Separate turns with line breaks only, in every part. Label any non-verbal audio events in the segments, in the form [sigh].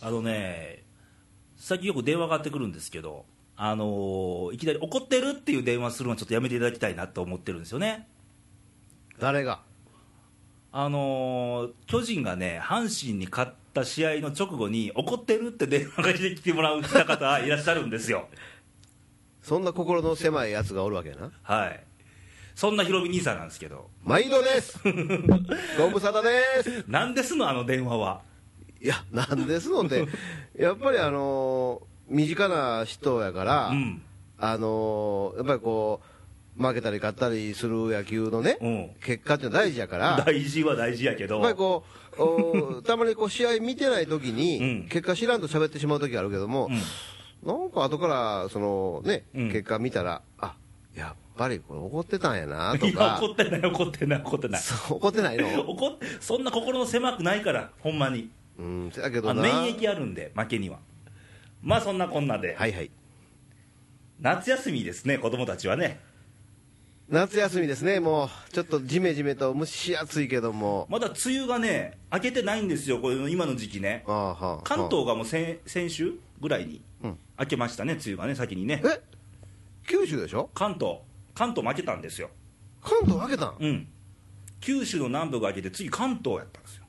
とね最近よく電話がかってくるんですけどあのーいきなり怒ってるっていう電話するのはちょっとやめていただきたいなと思ってるんですよね
誰が
あのー巨人がね阪神に勝った試合の直後に怒ってるって電話がしてきてもらう方々いらっしゃるんです
[laughs]
よ
そんな心の狭いやつがおるわけやな
はいそんなヒロミ兄さんなんですけど
毎度です [laughs] ご無沙汰です
なんですのあの電話はい
やなんですのってやっぱりあのー身近な人やから、
うん
あのーやっぱりこう負けたり勝ったりする野球のね、
うん
結果って大事やから
大事は大事やけ
や
ど
っぱりこうおたまにこう試合見てない時
うん
に、結果知らんと喋ってしまう時あるけども、
うん
なんか後からその、ね
うん
結果見たら、あやっぱりこれ [laughs] 怒ってたんやな
[laughs]
と
いや
か、
怒ってない怒ってない怒ってない
そう怒ってないの、
[laughs] 怒っそんな心の狭くないからほんまに
うん、せやけ
あ
ど
の
な、
免疫あるんで負けにはまあそんなこんなで、
はいはい、
夏休みですね子供たちはね
夏休みですね、もうちょっとじめじめと蒸し暑いけども、
まだ梅雨がね明けてないんですよこの今の時期ね
ああはあ
関東がもう先先週ぐらいに
うん
明けましたね梅雨がね先にね
え九州でしょ、
関東関東負けたんですよ
関東分けたん、
うん九州の南部が明けて次関東やったんですよ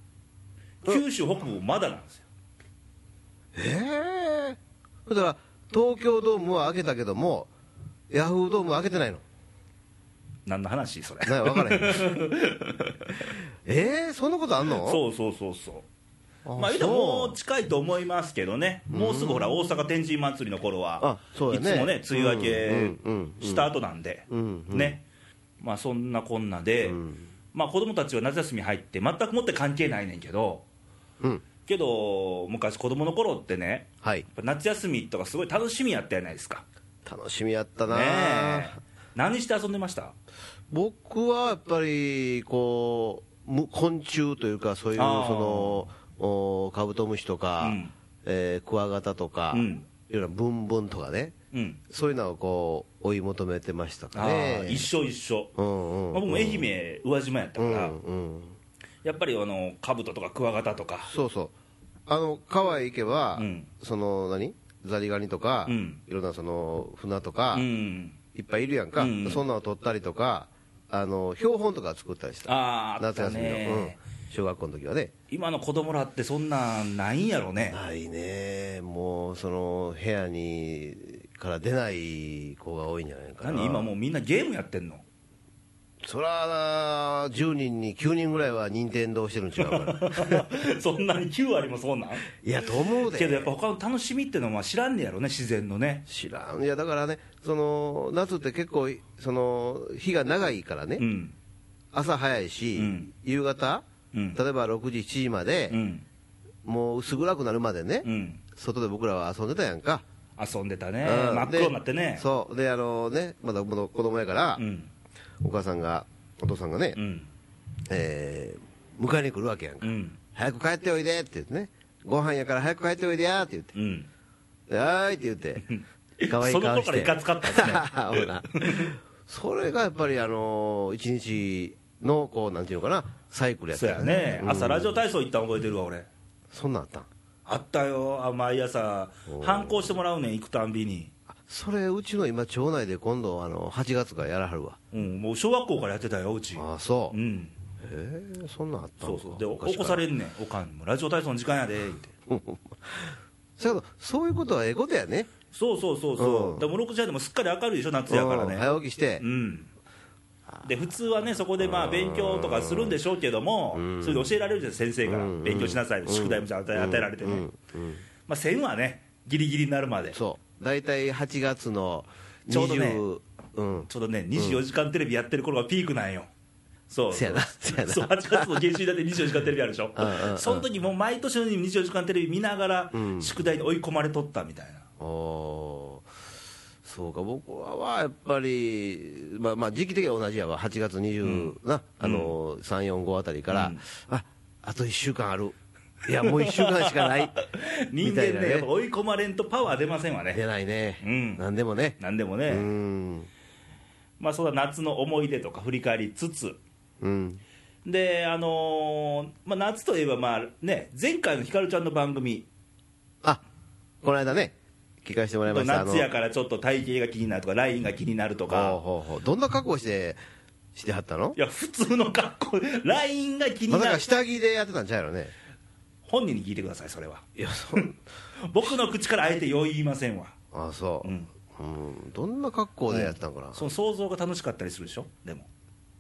九州北部まだなんですよ
ええだから東京ドームは開けたけども、ヤフードームは開けてないの。
何の話それ
な分
[laughs]
からへんえー、そんなことあんの
そうそうそうそう
あ
まあ、言うたらも
そう
近いと思いますけどね、もうすぐほら、大阪天神祭りの頃は
あそう
い
や
つ
ね
もね、梅雨明
うんうんう
け
ん
した後なんで
う、んうん
ね、まあそんなこんなで
ん、
まあ子供たちは夏休み入って、全くもって関係ないねんけど、
うん
けど、昔、子供の頃ってね、
はい
やっぱ夏休みとかすごい楽しみやったじゃないですか、
楽しみやった
ね
な、
え何して遊んでました
僕はやっぱりこうむ昆虫というかそういうそ
あー
のおカブトムシとか、
うん
えークワガタとか、
うん
いろんなブンブンとかね
うん、
そういうのをこう追い求めてましたか
あ
ね
ー一緒一緒、
うんうんうん
まあ、僕も愛媛、宇和島やった
う
か
ん
ら、
うん
やっぱりあの兜とかクワガタとか。
そうそうあの川へ行けば、
うん
その何ザリガニとか、
うん
いろんなその船とか、
うん
いっぱいいるやんか、
うん
そんなの取ったりとかあの標本とか作ったりした
あーあっ
夏
た
休みの、うん
ね、
小学校の時はね
今の子供らってそんなんないんやろね
ないねもうその部屋にから出ない子が多いんじゃないかな
何今もうみんなゲームやってん
[laughs]
の
そら10人に9人ぐらいは任天堂してるん違うから
[laughs] そんなに9割もそうなん
いやと思うで
けどやっぱ他の楽しみってのはまあ知らんねやろね自然のね
知らんいやだからねその夏って結構その日が長いからね、
うん
朝早いし、
うん
夕方、
うん
例えば6時7時まで、
うん
もう薄暗くなるまでね、
うん
外で僕らは遊んでたやんか、
遊んでたね
うん
真っ黒
で
になってね
そうであのねまだ子供子供やから、
ん
お母さんがお父さんがね、
うん
えー迎えに来るわけやんか、
うん
早く帰っておいでって言ってねご飯やから早く帰っておいでやって言って
うん
「はーい」って言って可愛
[laughs]
い
その頃
顔し
からい
て
かつかったですね
[laughs] ほらそれがやっぱりあの一日のこうなんていうのかなサイクルやった
そうやね
うん
朝ラジオ体操行ったん覚えてるわ俺
そんなんあったん
あったよあ毎朝反抗してもらうねん行くたんびに
あそれうちの今町内で今度あの8月からやらはるわ
うんもう小学校からやってたようち
ああそうう、
ん
へえそんなんあっ
そ
たの
う
か
そうでお
昔
起こ
から
されんねんおかんにもラジオ体操の時間やでって
そやけどそういうことはええことやね
そうそうそうそう、
うん
でも6時半でもすっかり明るいでしょ夏やから
うん
ね
早起きして
うんで普通はねそこでまあ勉強とかするんでしょうけどもそれで教えられるじゃん先生から
うん
勉強しなさい宿題もちゃんと与え与えられてねまあ線はねギリギリになるまでちょ
そう大体8月の20
ちょうどね
うん
うどね24時間テレビやってる頃がピークなんよそう
せやなせやな
そう8月の下旬だって24時間テレビあるでしょ
うんうんうん
その時もう毎年のように24時間テレビ見ながら
うん
宿題に追い込まれとったみたいな
おーそうか僕はやっぱり、まあ、まあ時期的には同じやわ8月20、なあの345あたりから、
うん
ああと1週間あるいやもう1週間しかない
[laughs] 人
み
間
たい
ね
な
やっぱ追い込まれんとパワー出ませんわね
出ないね、
うん
なんでもね
なんでも
う
ね、
ん
まあ、そんな夏の思い出とか振り返りつつ
うん
であのーまあ、夏といえばまあね前回のひかるちゃんの番組
あこの間ね、聞かせてもらいました、
夏やからちょっと体型が気になるとか、ラインが気になると
あのほう
か、
ほうほうどんな格好して、してはったの
いや、普通の格好、ラインが気に
まさ
な
か
る、
下着でやってたんちゃうよね。
本人に聞いてください、それは。 [laughs]
いや、そう。
僕の口からあえてよう言いませんわ、
ああ、そう。
うん
うんどんな格好でやってたんかな、
その想像が楽しかったりするでしょ、でも。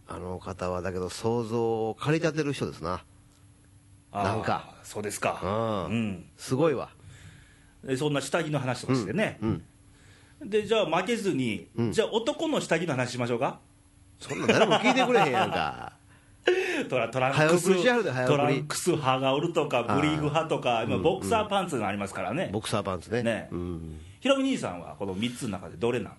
あの方はだけど想像を駆り立てる人ですな
あー
なんか
そうですか、
う
うん
すごいわ
でそんな下着の話とかしてね、
うん
でじゃあ負けずに、
うん
じゃあ男の下着の話しましょうか、
そんなん誰も聞いてくれへんやんか
トラトランク
早送り
ス
しはるで早送
ト
り
ランクス派がおるとか、
あー
ブリーフ派とか、今
うん
ボクサーパンツがあります [laughs] からね、
ボクサーパンツね
ね
うん、
ひろみ兄さんはこの3つの中でどれなん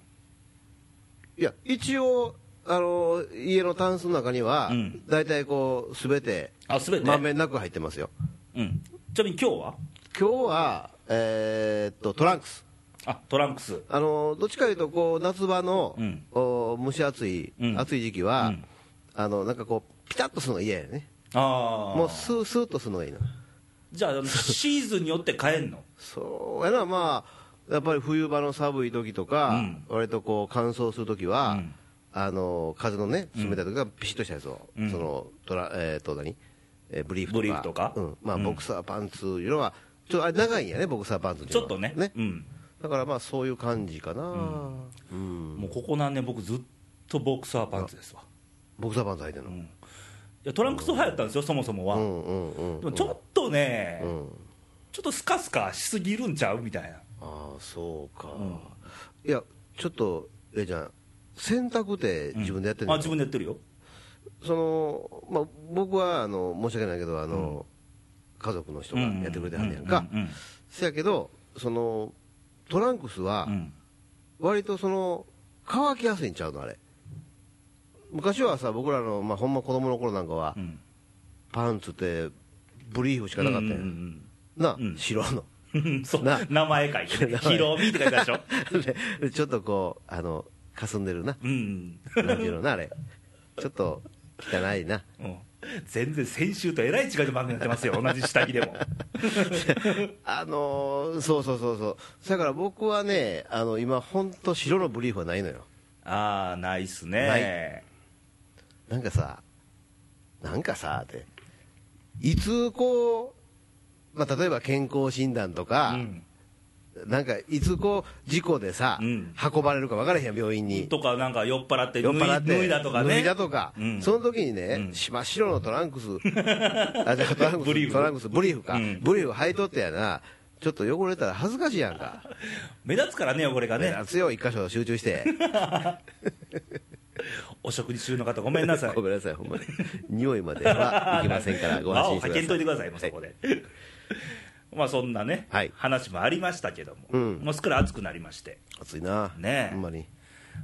いや一応あの家のタンスの中には、
うん
大体こう全て
あすべて、
まんべんなく入ってますよ
うん、ちなみに今日は
今日はえーっとトランクス
あトランクス
あのどっちかというとこう夏場の、
うん
お蒸し暑い、
うん
暑い時期は、
うん
あのなんかこうピタッとするのが嫌やね
ああ
もうスースーッとするのがいいの
じゃああのシーズンによって変えんの
そうやな、まあ、やっぱり冬場の寒い時とか、
うん
割とこ [laughs] う乾燥する時は、
うん
あの風のね、冷たい時はピシッとしたやつを、
うん
そのトラ、えー、と何えーブリーフとか、
ブリーフとか
うんまあ、
うん
ボクサーパンツいうのは、ちょっとあれ、長いんやね、ボクサーパンツてい
ち
う
ょっ
のは
とね
ね
うん、
だからまあ、そういう感じかな、うん
もうここ何年僕ずっとボクサーパンツですわ
ボクサーパンツ履いてるの、
んいやトランクス派やったんですよそもそもは、
うんうんうん、
でもちょっとね、
うん、
ちょっとスカスカしすぎるんちゃうみたいな
ああ、そうか、
ん
いや、ちょっと、えいちゃん、洗濯って自分でやってる
あ自分でやってるよ
そのまあ、僕はあの申し訳ないけどあの、家族の人がやってくれてはんねやんか、
うんうん
せやけどそのトランクスは
うんうん
割とその乾きやすいんちゃうのあれ昔はさ僕らの、まあ、ほんま子供の頃なんかは、
うん
パンツってブリーフしかなかったやん、
うんうん
な、
うん
白の
うんそう
な
名前書いてね「
名前
ひろみ」って書いてあるでしょ
でちょっとこうあの霞んでるな [laughs]
うん、
なんていうのなあれちょっと汚いな
うん、全然先週とえらい違いの番組やってますよ同じ下着でも
あのーそうそうそうそうだから僕はねあの今本当白のブリーフはないのよ
ああないっすね
なんかさなんかさっていつこう、まあ、例えば健康診断とか、
うん
なんかいつこう事故でさ、
うん
運ばれるか分からへんやん病院に
とかなんか酔っ払って
酔っ
脱い
払って
脱いだとかね
脱いだとか
うん
その時にね、
うん
真っ白のトラ
[laughs]
ンクスあじゃあトランクス
ブリーフ
トランクスブリーフか、
うん
ブリーフ履いとってやなちょっと汚れたら恥ずかしいやんか
目立つからね汚れがね
夏よ一箇所集中して
お食事中の方ごめんなさい
ごめんなさい、ほんまに。匂いまではいきませんか
[laughs]
ら、ご安
青
心
を
して
派遣といてく
くだ
だ
さ
さ
い。
い、もうそこで。 [laughs] まあそんなね、
はい
話もありましたけども、
うん
もうすっかり暑くなりまして、
暑いな。
ねえ
ほんまに。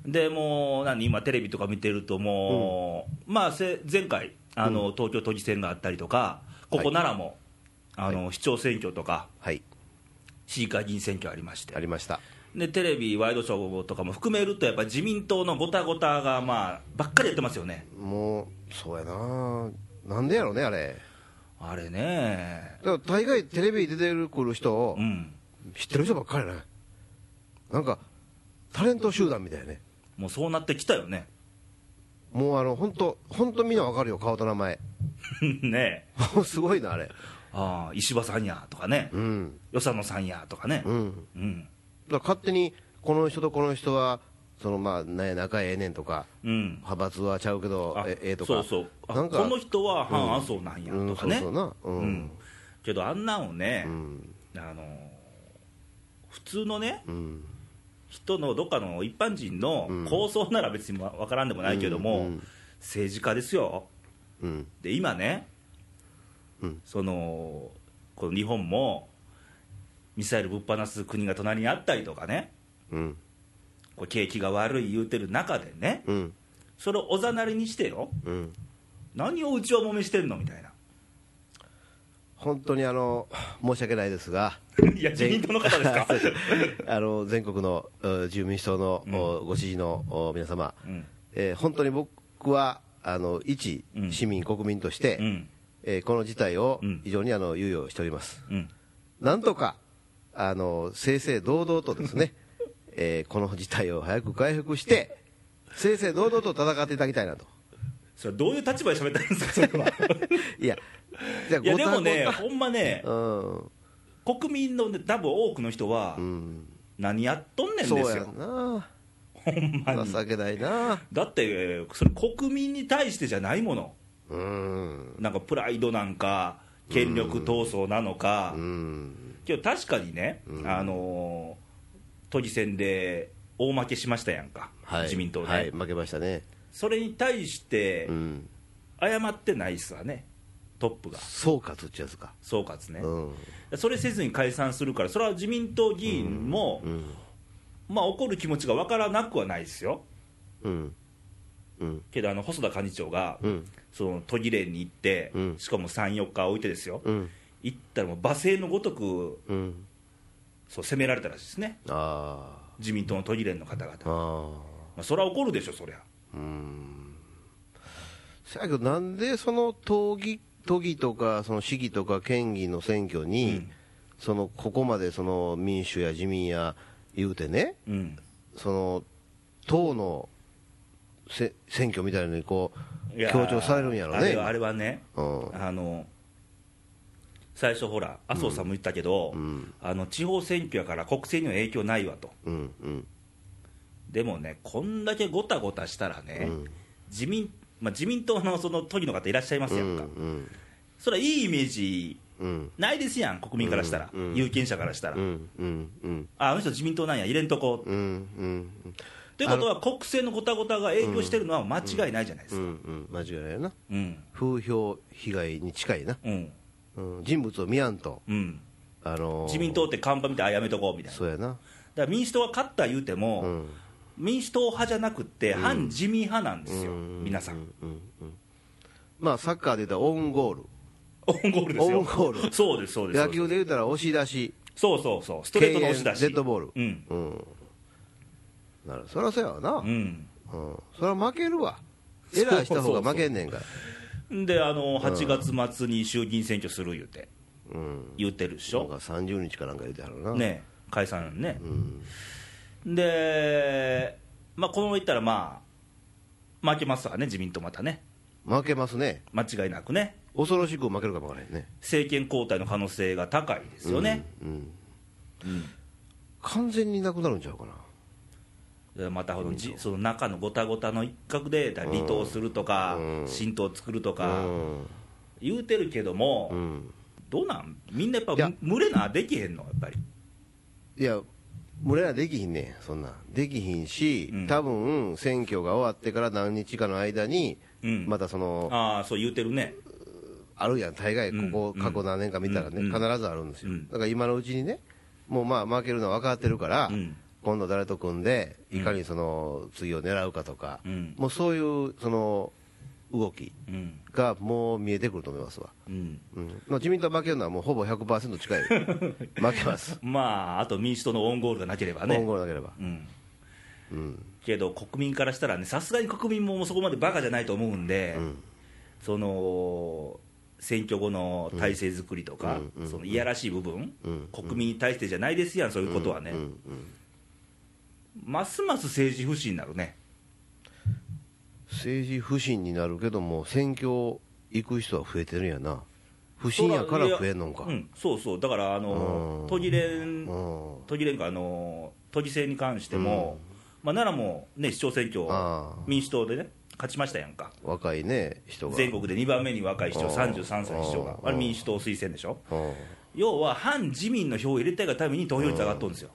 でもう何、今、テレビとか見てると、もう、まあせ前回あの、東京都議選があったりとか、ここ
はい
ならも、あの市長選挙とか、
はい、
市議会議員選挙ありまして
あ、りました。
でテレビ、ワイドショーとかも含めると、やっぱ自民党のごたごたが、まあ、ばっかりやってますよね、
もう、そうやな。なんでやろね、あれ。
あれね、
だから大概テレビ出てくる人を
うん、
知ってる人ばっかりやね。なんか、タレント集団みたいやね。
もうそうなってきたよね、 [laughs]
もうあの、本当本当みんなわかるよ、顔と名前。 [laughs]
ねえ
もうすごいな、あれ。
ああ石破さんやとかね、
うん。
与謝野さんやとかね、
うん。
うん、
だから勝手に、この人とこの人は、そのまあ、ね、仲ええねんとか、
うん、
派閥はちゃうけど
あ、
えええとか。
そうそう、あ
なんか
この人は反麻生なんや
うん
とかね、
そうそうなう、
うんんけどあんなんをね、
うん
あのー普通のね、
うん
人のどっかの一般人の
うん
構想なら別にわ分からんでもないけども、
うんうん
政治家ですよ、
うん
で今ね、
うん
そのこの日本もミサイルぶっ放す国が隣にあったりとかね、
うん
こう景気が悪い言うてる中でね、
うん
それをおざなりにしてよ、
うん
何をうちをもめしてんのみたい
[laughs]
な、
本当にあの申し訳ないですが
いや、自民党の方
[laughs]
ですか、
あの全国のう自由民主党の、
うん
おご支持のお皆様、
うん
えー本当に僕はあの一
うん
市民、国民として、
うん
えーこの事態を
うん
非常にあの猶予しております、
うん、
なんとかあの正々堂々とで
[laughs]
すね、えーこの事態を早く回復して、正々堂々と戦っていただきたいなと。
それどういう立場で喋ったらいいんですかそれは
いや、じゃあ
いや
ご
で
た
もね
ご
ほんまね
たうん、
国民のね多分多くの人は、
うん、
何やっとんねんで
そう
す
や
よ
んな、
ほんまに
情けないな、
だってえーそれ国民に対してじゃないもの
うん、
なんかプライドなんか権力闘争なのか、
うん、
けど確かにね、あのー都議選で大負けしましたやんか、
はい、
自民党ね、
はい、負けましたね、
それに対して
うん、
謝ってないっすわね、トップが、
総括ってやつか、
総括ね、
うん、
それせずに解散するから、それは自民党議員も、
うん、
まあ、怒る気持ちがわからなくはないですよ、
うん、うん、
けどあの細田幹事長が、
うん、
その都議連に行って、
うん
しかも3、4日置いてですよ、
うん、
行ったらもう罵声のごとく
うん、
そう責められたらしいですね、
あ
自民党の都議連の方々、
あ、ああ。
まあ、それは怒るでしょ、そりゃ。
せやけど、なんでその都議都議とか、その市議とか県議の選挙に、
うん
そのここまでその民主や自民や言うてね、
うん
その党のせ選挙みたいなのにこ
いや
う強調されるんやろ
あれ
ね、
はあれはね、
うん
あの最初、ほら、麻生さんも言ったけど、
うん
あの地方選挙やから国政には影響ないわと、
うんうん
でもね、こんだけごたごたしたらね、自民まあ、自民党のその都議の方いらっしゃいます
う
や
ん
んか、
うん
それはいいイメージ
うん
ないですやん、国民からしたら、
うんうん
有権者からしたら、
うんうんうん
ああの人、自民党なんや、入れんとこ。
うんうん
ということは、国政のごたごたが影響してるのは間違いないじゃないです
う
か。
んうん間違いないよな
うん、
風評被害に近いな、
うん、
うん、人物を見やんと、
うん、
あのー
自民党って看板見て、あやめとこうみたいな。
そうやな
だから民主党が勝った言うても、
ん
民主党派じゃなくって、反自民派なんですよ、皆さん、
まあサッカーで言ったらオウンゴール
オウンゴールですよ、
オウンゴール
そうです、そうです、
野球で言ったら押し出し
そうそうそう、ストレートの押し出し、
敬遠デッドボール
うん、
うんなるそりゃそうやわな、うん
う
そりゃ負けるわエラーした方が負けんねんから
ん、であの、8月末に衆議院選挙する言うて、
うん
言うてるでし
なん
ょ、
か30日かなんか言うてはるな
ね解散ね、で、まあ、このままいったら、まあ、負けますわね、自民党またね、
負けますね
間違いなくね、
恐ろしく負けるかもわからへんね
政権交代の可能性が高いですよね、
うん
うん
完全になくなるんちゃうかな
またこのじその中のごたごたの一角でだから離党するとか、
うん
新党作ると
う
か
ん
言うてるけども、
うん
どうなん、みんなやっぱ
いや
群れなできへんの、やっぱり、
いや、俺らできひんねん、そんなん、できひんし、
うん
多分選挙が終わってから何日かの間に、
うん
またその、
ああ、そう言うてるね、
あるやん、大概、
うん
ここ、
うん
過去何年か見たらね、
うん
必ずあるんですよ、
うん
だから今のうちにね、もうまあ、負けるのは分かってるから、
うん
今度誰と組んで、
うん
いかにその次を狙うかとか、
うん
もうそういうその動き
うん、
がもう見えてくると思いますわ。
うん、
うんまあ、自民党負けるのはもうほぼ100%近い
[laughs]
負けます、
まあ、あと民主党のオウンゴールがなければ
今
ね、
後なければ、
うん、
うん、
けど国民からしたらね、さすがに国民ももうそこまでバカじゃないと思うんで、
ん
その選挙後の体制作りとか、
うんうん
そのいやらしい部分、
うん
国民に対してじゃないですやん、そういうことはね。
うんうん
ますます政治不信になるね、
政治不信になるけども選挙行く人は増えてるんやな不信やから増えんのんか
う、
うん
そうそう、だからあ
う
の
ん
都議連、
ん
都議連かあの、都議選に関しても、まあ、奈良も、ね、市長選挙
ああ、
民主党でね、勝ちましたやんか、
若いね人が
全国で2番目に若い市長、
うん
33歳市長が、
うん
あれ、民主党推薦でしょ、
うん
要は反自民の票を入れたいがために投票率上がっとるんですよ、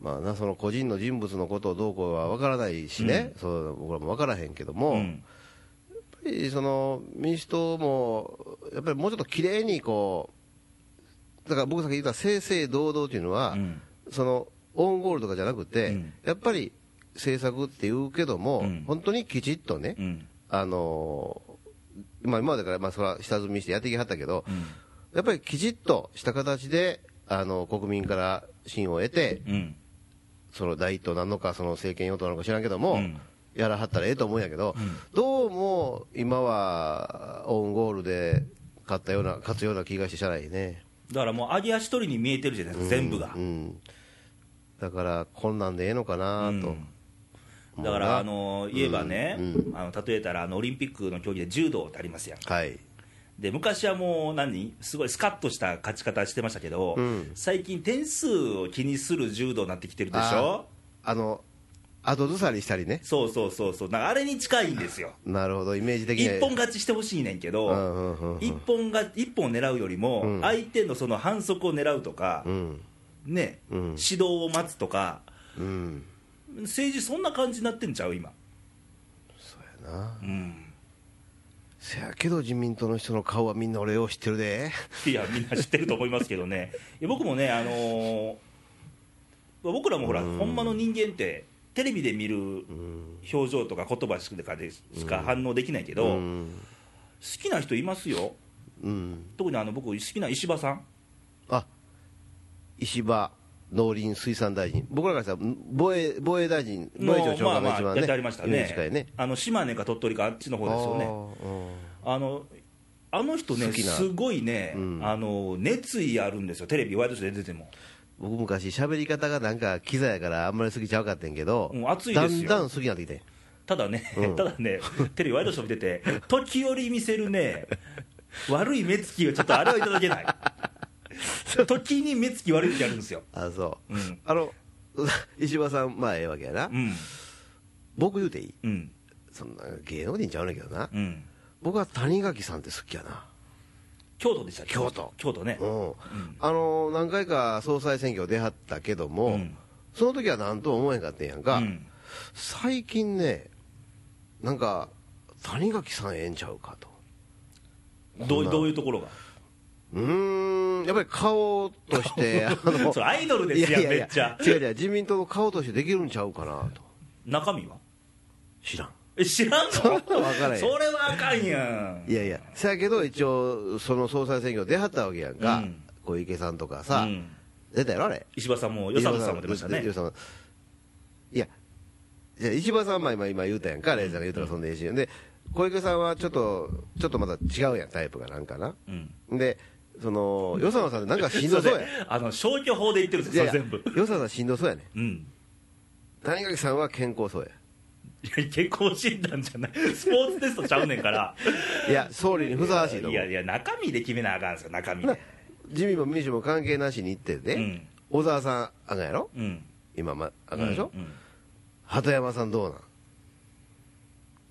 まあなその個人の人物のことをどうこうは分からないしね、そう僕らも分からへんけども、
う
やっ
ん
ぱりその民主党もやっぱりもうちょっと綺麗にこうだから僕さっき言った正々堂々というのは、
うん
そのオウンゴールとかじゃなくて、
うん
やっぱり政策って言うけども、
うん
本当にきちっとね、
うん
あのーまあ、今までからまあそれは下積みしてやってきはったけど、
うん
やっぱりきちっとした形で、あの国民から信を得て、
うん
その第一党なのか、その政権与党なのか知らんけども、
うん
やらはったらええと思うんやけど、どうも今はオウンゴールで勝ったような、勝つような気がしてしゃあないね。
だからもう、揚げ足取りに見えてるじゃないですか、全部が
う。ん、だからこんなんでええのかな
う
と、
んだから、あの言えばね、
うん
あの例えたらあのオリンピックの競技で柔道ってありますやん
はい
で昔はもう何すごいスカッとした勝ち方してましたけど、
うん
最近点数を気にする柔道になってきてるでしょ
ああの後ずさりしたりね
そうそうそうそうなんかあれに近いんですよ
なるほどイメージ的に
一本勝ちしてほしいねんけど、
うんうんうんうん
一本が一本を狙うよりも、
うん
相手のその反則を狙うとか
う、ん
ね、
うん
指導を待つとか、
うん
政治、そんな感じになってんちゃう、今、
そうやな
うん、
せやけど自民党の人の顔はみんな俺を知ってるで
いや、みんな知ってると思いますけどね、 [laughs] いや僕もね、あのー僕らもほら、
うん
ほんまの人間って、テレビで見る
うん
表情とか言葉とかでしか反応できないけど、好
うん、
きな人いますよ、
うん、
特にあの僕、好きな石破さん、
あ石破農林水産大臣僕らからしたら防衛防衛大臣防衛庁長官が
まあま
一番
あ
ね
やってありました
夢に
ね
近いね
あの島根か鳥取かあっちの方ですよね。
ね
あのあの人ね、
好きな
すごいね、
うん
あの、熱意あるんですよ、テレビ、ワイドショーで出ても、
僕昔喋り方がなんかキザやからあんまり好きちゃうかってんけど、
うん熱いですよ
だんだん好きになってきて
ただね、
う
[laughs]
ん
ただね、テレビ、ワイドショー見て
[laughs]
て、時折見せるね、悪い目つきをちょっとあれはいただけ
[laughs]
ない、時に目つき悪い時あるんですよ、
あそう、
うん
あの [laughs] 石破さんまあええわけやな、
うん、
僕言うていい
うん、
そんな芸能人ちゃうねんけどな、
うん、
僕は谷垣さんって好きやな
京都でしたっけ
京都
京都ね、
うん、あの何回か総裁選挙出はったけども、
うん
その時は何とも思えんかったんやんか、
うん
最近ねなんか谷垣さんええんちゃうかと
どうどういうところが、
うーんやっぱり顔とし
[laughs]
てあの
それアイドルですやん、めっちゃ、
違う違う自民党の顔としてできるんちゃうかなと
中身は
知らん
え、知らんのそれ
は分からへん
はあかんやん。
いやいやそやけど一応その総裁選挙出はったわけやんか、
うん
小池さんとかさ、
うん
出たやろあれ
石破さんも、与謝野さんも出ましたね
与。謝野いやいや石破さんは今今言うたやんかレイさんが言うたらそんでええしで小池さんはちょっとちょっとまた違うやんタイプがなんかな
うん
でその与謝野さんってなんかしんど [laughs] そうやん
あの消去法で言ってるんです
いや
よ、
いや
それ全部。
与謝野さんしんどそうやね
うん。
谷垣さんは健康そうや
いや健康診断じゃない、スポーツテストちゃうねんから。
いや総理にふさわしいと
い
思
や
う
いや、中身で決めなあかんすよ、中身で。
自民も民主も関係なしに行って
う
ね
ん
小沢さんあかんやろ
うん。
今まあかんでしょ
うんうん
鳩山さんどうなん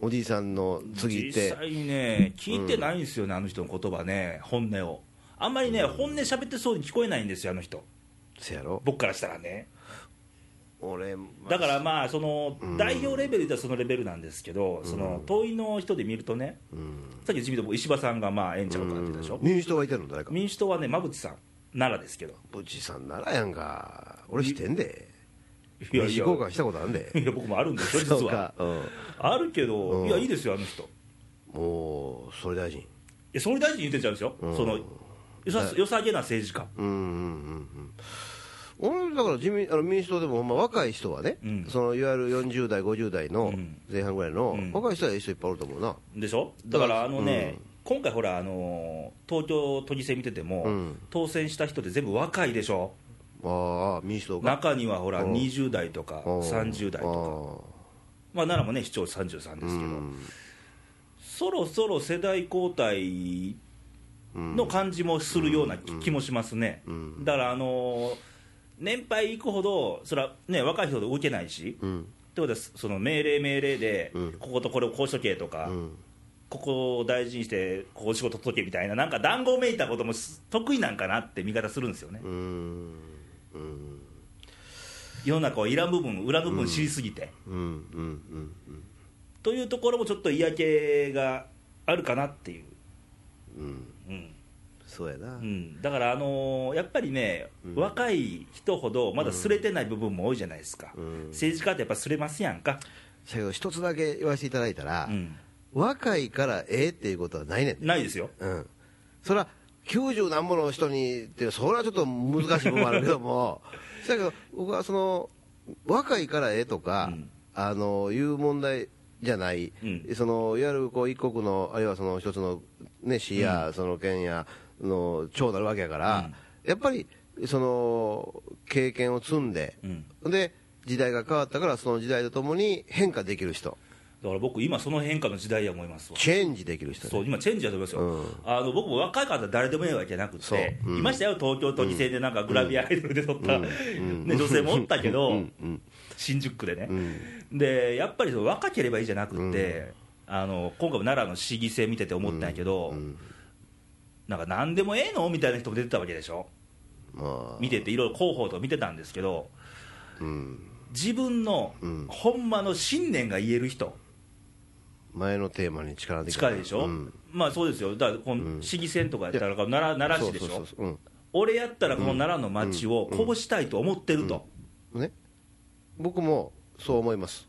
おじいさんの次行っ
実
て
際ね、聞いてないんですよね、あの人の言葉ね、本音を。あんまりね、本音喋ってそうに聞こえないんですよ、あの人。
せやろ
僕からしたらね。
俺
だからまあ、その、代表レベルではそのレベルなんですけど、その、党員の人で見るとね、さっき自民党も石破さんがまあ、ええんちゃうかって言ったでしょ。
民主党がいてるの誰か
民主党はね、馬淵さん、奈良です
[laughs]
けど。
ブチさんならやんか俺してんで
いや
名
い
刺
や
交換したことあんで
いや僕もあるんですよ、
そ
実
う
は
か。うん
あるけど、
うん
いや、いいですよ、あの人。い
もう総理大臣
や総理大臣言ってちゃうんですよ、
ん
そのよさよさげな政治家、
うんうんうんうん俺だから自民あの民主党でもほんま若い人はね、
うん
そのいわゆる40代50代の
ん
前半ぐらいの、
うん
若い人はいい人いっぱいおると思うな
でしょ、だからあ
だから
のね、今回、ほら、あのー東京都議選見てても、
うん
当選した人って全部若いでしょ、
ああ民主党が
中にはほら、
うん
20代とか30代とか、
と
まあ、奈良もね、市長33ですけど、そろそろ世代交代の感じもするような気気もしますね、だから、あのー年配いくほど、それはね、若い人ほど受けないし、
う
っ
ん
てことは、その命令命令で、
うん
こことこれをこうしとけとか、
うん
ここを大事にして、ここお仕事取っとけみたいな、なんか談合めいたこともす得意なんかなって見方するんですよね、
うんうん
世の中をいらん部分、裏部分知りすぎて。
うんうんうん
というところもちょっと嫌気があるかなっていう。
うん
うん
そうやな、
うん、だから、あのーやっぱりね、若い人ほどまだすれてない部分も多いじゃないですか、
うん
政治家ってやっぱすれますやんか、
だけど一つだけ言わせていただいたら、
うん
若いからええっていうことはないねん
ないですよ、
うん、それは90何もの人にってそれはちょっと難しい部分もあるけども
[laughs]
だけど僕はその若いからええとか、
うん
あのいう問題じゃない、
うん
そのいわゆるこう一国のあるいはその一つの、ね、市や、その県やの長なるわけやから、やっぱりその経験を積んで、
うん
で時代が変わったからその時代とともに変化できる人
だから僕今その変化の時代や思いますわ
チェンジできる人ね
そう今チェンジだと思いますよ、
うん
あの僕も若い方は誰でもいいわけじゃなく
そう
て、
うん
いましたよ東京都議選でなんかグラビアアイドルで撮った、ね、女性もおったけど、新宿区でね、でやっぱりその若ければいいじゃなくて、あの今回も奈良の市議選見てて思ったんやけど、なんか何でもええのみたいな人も出てたわけでしょ
まあ
見てていろいろ広報とか見てたんですけど
うん
自分の、
うん
ほんまの信念が言える人
前のテーマに力でき
近いでしょ、
うん
まあそうですよだからこの市議選とかやったら奈良奈良市でしょ
そうそうそう
俺やったらこの奈良の町をこうしたいと思ってると、
うんね僕もそう思います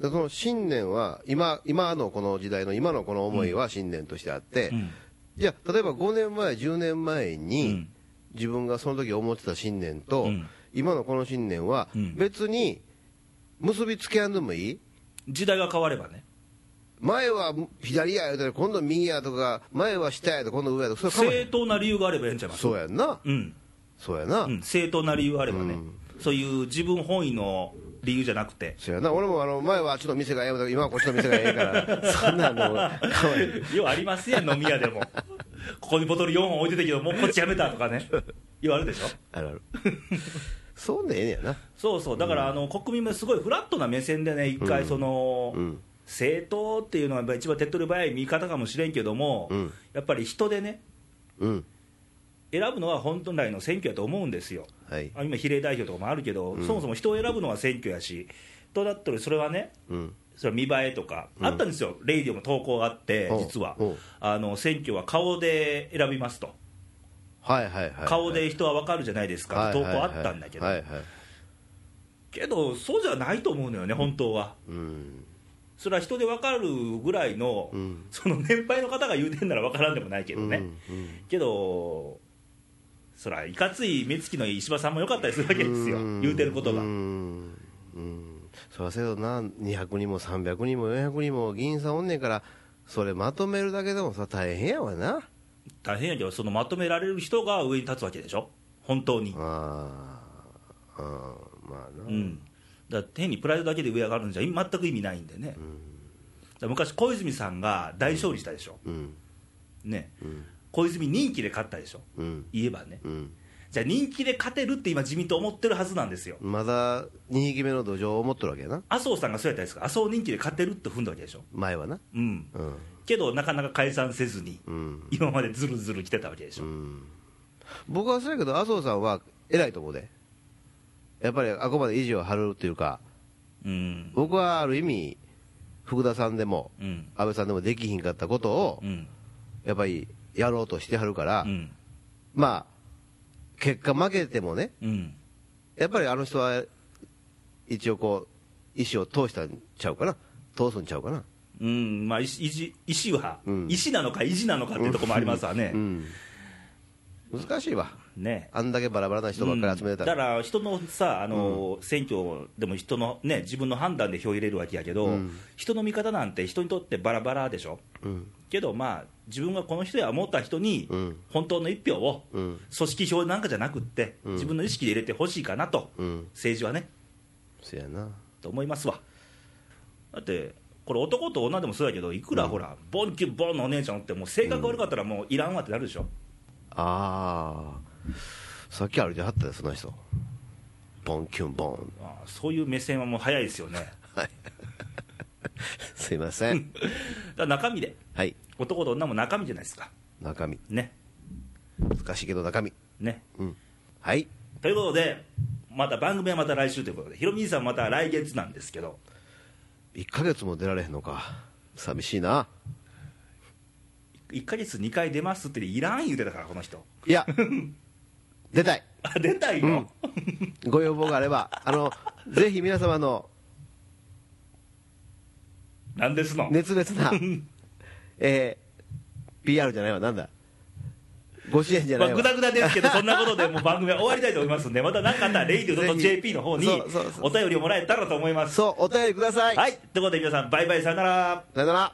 でその信念は今今のこの時代の今のこの思いは信念としてあって、
うん
じゃあ例えば5年前10年前
う
に、
ん
自分がその時思ってた信念と、
うん
今のこの信念は
うん
別に結びつけやんでもいい
時代が変わればね
前は左や言うたら今度右やとか前は下やとか今度上やとかそれかも
正当な理由があればええんちゃいます
そうやんな
うん、
そうやな、
うん、正当な理由があればね、
うん
そういう自分本位の理由じゃなくて
そうやな俺もあの前はあっちの店がええとか今はこっちの店がええか
[laughs]
らそんなんでもかわいい
ようありますやん飲み屋でもここにボトル4本置いてたけどもうこっちやめたとかね言われるでしょ
あるあるそうでええねやな
そうそうだからあの国民もすごいフラットな目線でね一回その、
うん
政党っていうのがやっぱ一番手っ取り早い見方かもしれんけども、
うん
やっぱり人でね
うん
選ぶのは本来の選挙やと思うんですよ、
はい
あ今、比例代表とかもあるけど、そもそも人を選ぶのは選挙やし、とだったらそれはね、
うん
それは見栄えとか、あったんですよ、レイディオも投稿があって
お、う
実は
おう
あの、選挙は顔で選びますと、
はいはいはいはい
顔で人は分かるじゃないですか、
はいはい
投
は
稿
い
あったんだけど
は、いはい
けど、そうじゃないと思うのよね、本当は。
うん
それは人で分かるぐらいの、
うん
その年配の方が言うてんなら分からんでもないけどね、
うんうん
けど、そら、いかつい目つきのいい石破さんも良かったりするわけですよ、
ん
言うてることが
う。んうんそらせよな200人も300人も400人も議員さんおんねんからそれまとめるだけでもさ大変やわな
大変やけど、そのまとめられる人が上に立つわけでしょ、本当に。
あーあーまあな、
うん、だから変にプライドだけで上上がるんじゃ全く意味ないんでね、だから昔、小泉さんが大勝利したでしょ、
うん
ね小泉人気で勝ったでしょ、
うん
言えばね、
うん
じゃあ人気で勝てるって今、自民党思ってるはずなんですよ、
まだ2匹目の土壌を持っとるわけやな
麻生さんがそうやったですか、麻生人気で勝てるって踏んだわけでしょ、
前はな
うん、
うん
けどなかなか解散せずに、
うん
今までずるずる来てたわけでしょ、
僕はそうやけど麻生さんは偉いと思うでやっぱりあくまで意地を張るっていうか
うん、
僕はある意味福田さんでも
うん、
安倍さんでもできひんかったことを、
うん、
やっぱりやろうとしてはるから、
うん、
まあ、結果負けてもね、
うん、
やっぱりあの人は一応こう、意思を通したんちゃうかな、通すんちゃうかな、
うん、まあ、意思意思は、
うん
意思なのか、意地なのかっていうところもありますわね。
うん、難しいわ、
ね
あんだけバラバラな人ばっかり集めてた
だ
ら、
から人のさあの、選挙でも人の、ね、自分の判断で票入れるわけやけど、人の見方なんて人にとってバラバラでしょ、
うん、
けど、まあ、自分がこの人や思った人に
うん、
本当の一票を、
うん、
組織票なんかじゃなくって、自分の意識で入れてほしいかなと、
うん、
政治はね、
そやな、
と思いますわ。だってこれ男と女でもそうだけどいくらほら、ボンキュボンのお姉ちゃんおってもう性格悪かったらもういらんわってなるでしょ、
あー、さっき歩いてはったで、その人、ボンキュンボン、
ああそういう目線はもう早いです [laughs] よねだか
すいません、
ら中身で
はい、
男と女も中身じゃないですか
中身、
ね
難しいけど中身、
ね
うん、はい、
ということでまた番組はまた来週ということでひろみ兄さんまた来月なんですけど
1ヶ月も出られへんのか、寂しいな。
1ヶ月2回出ますっていらん言うてたからこの人 [laughs]
いや、出たい、
あ出たいの、
ご要望があれば、あのぜひ皆様の
なんですの、
熱烈な、えー、PR じゃないわ、なんだ、ご支援じゃ
ま
な
あ、
いわ、
ぐだぐだですけど、そんなことでもう番組は終わりたいと思いますんで、また何かあったら、レイディオ .jp の方に
そうそうそう
お便りをもらえたらと思います。
そう、お便りください。
はい、ということで皆さん、バイバイ、さよなら。
さよなら。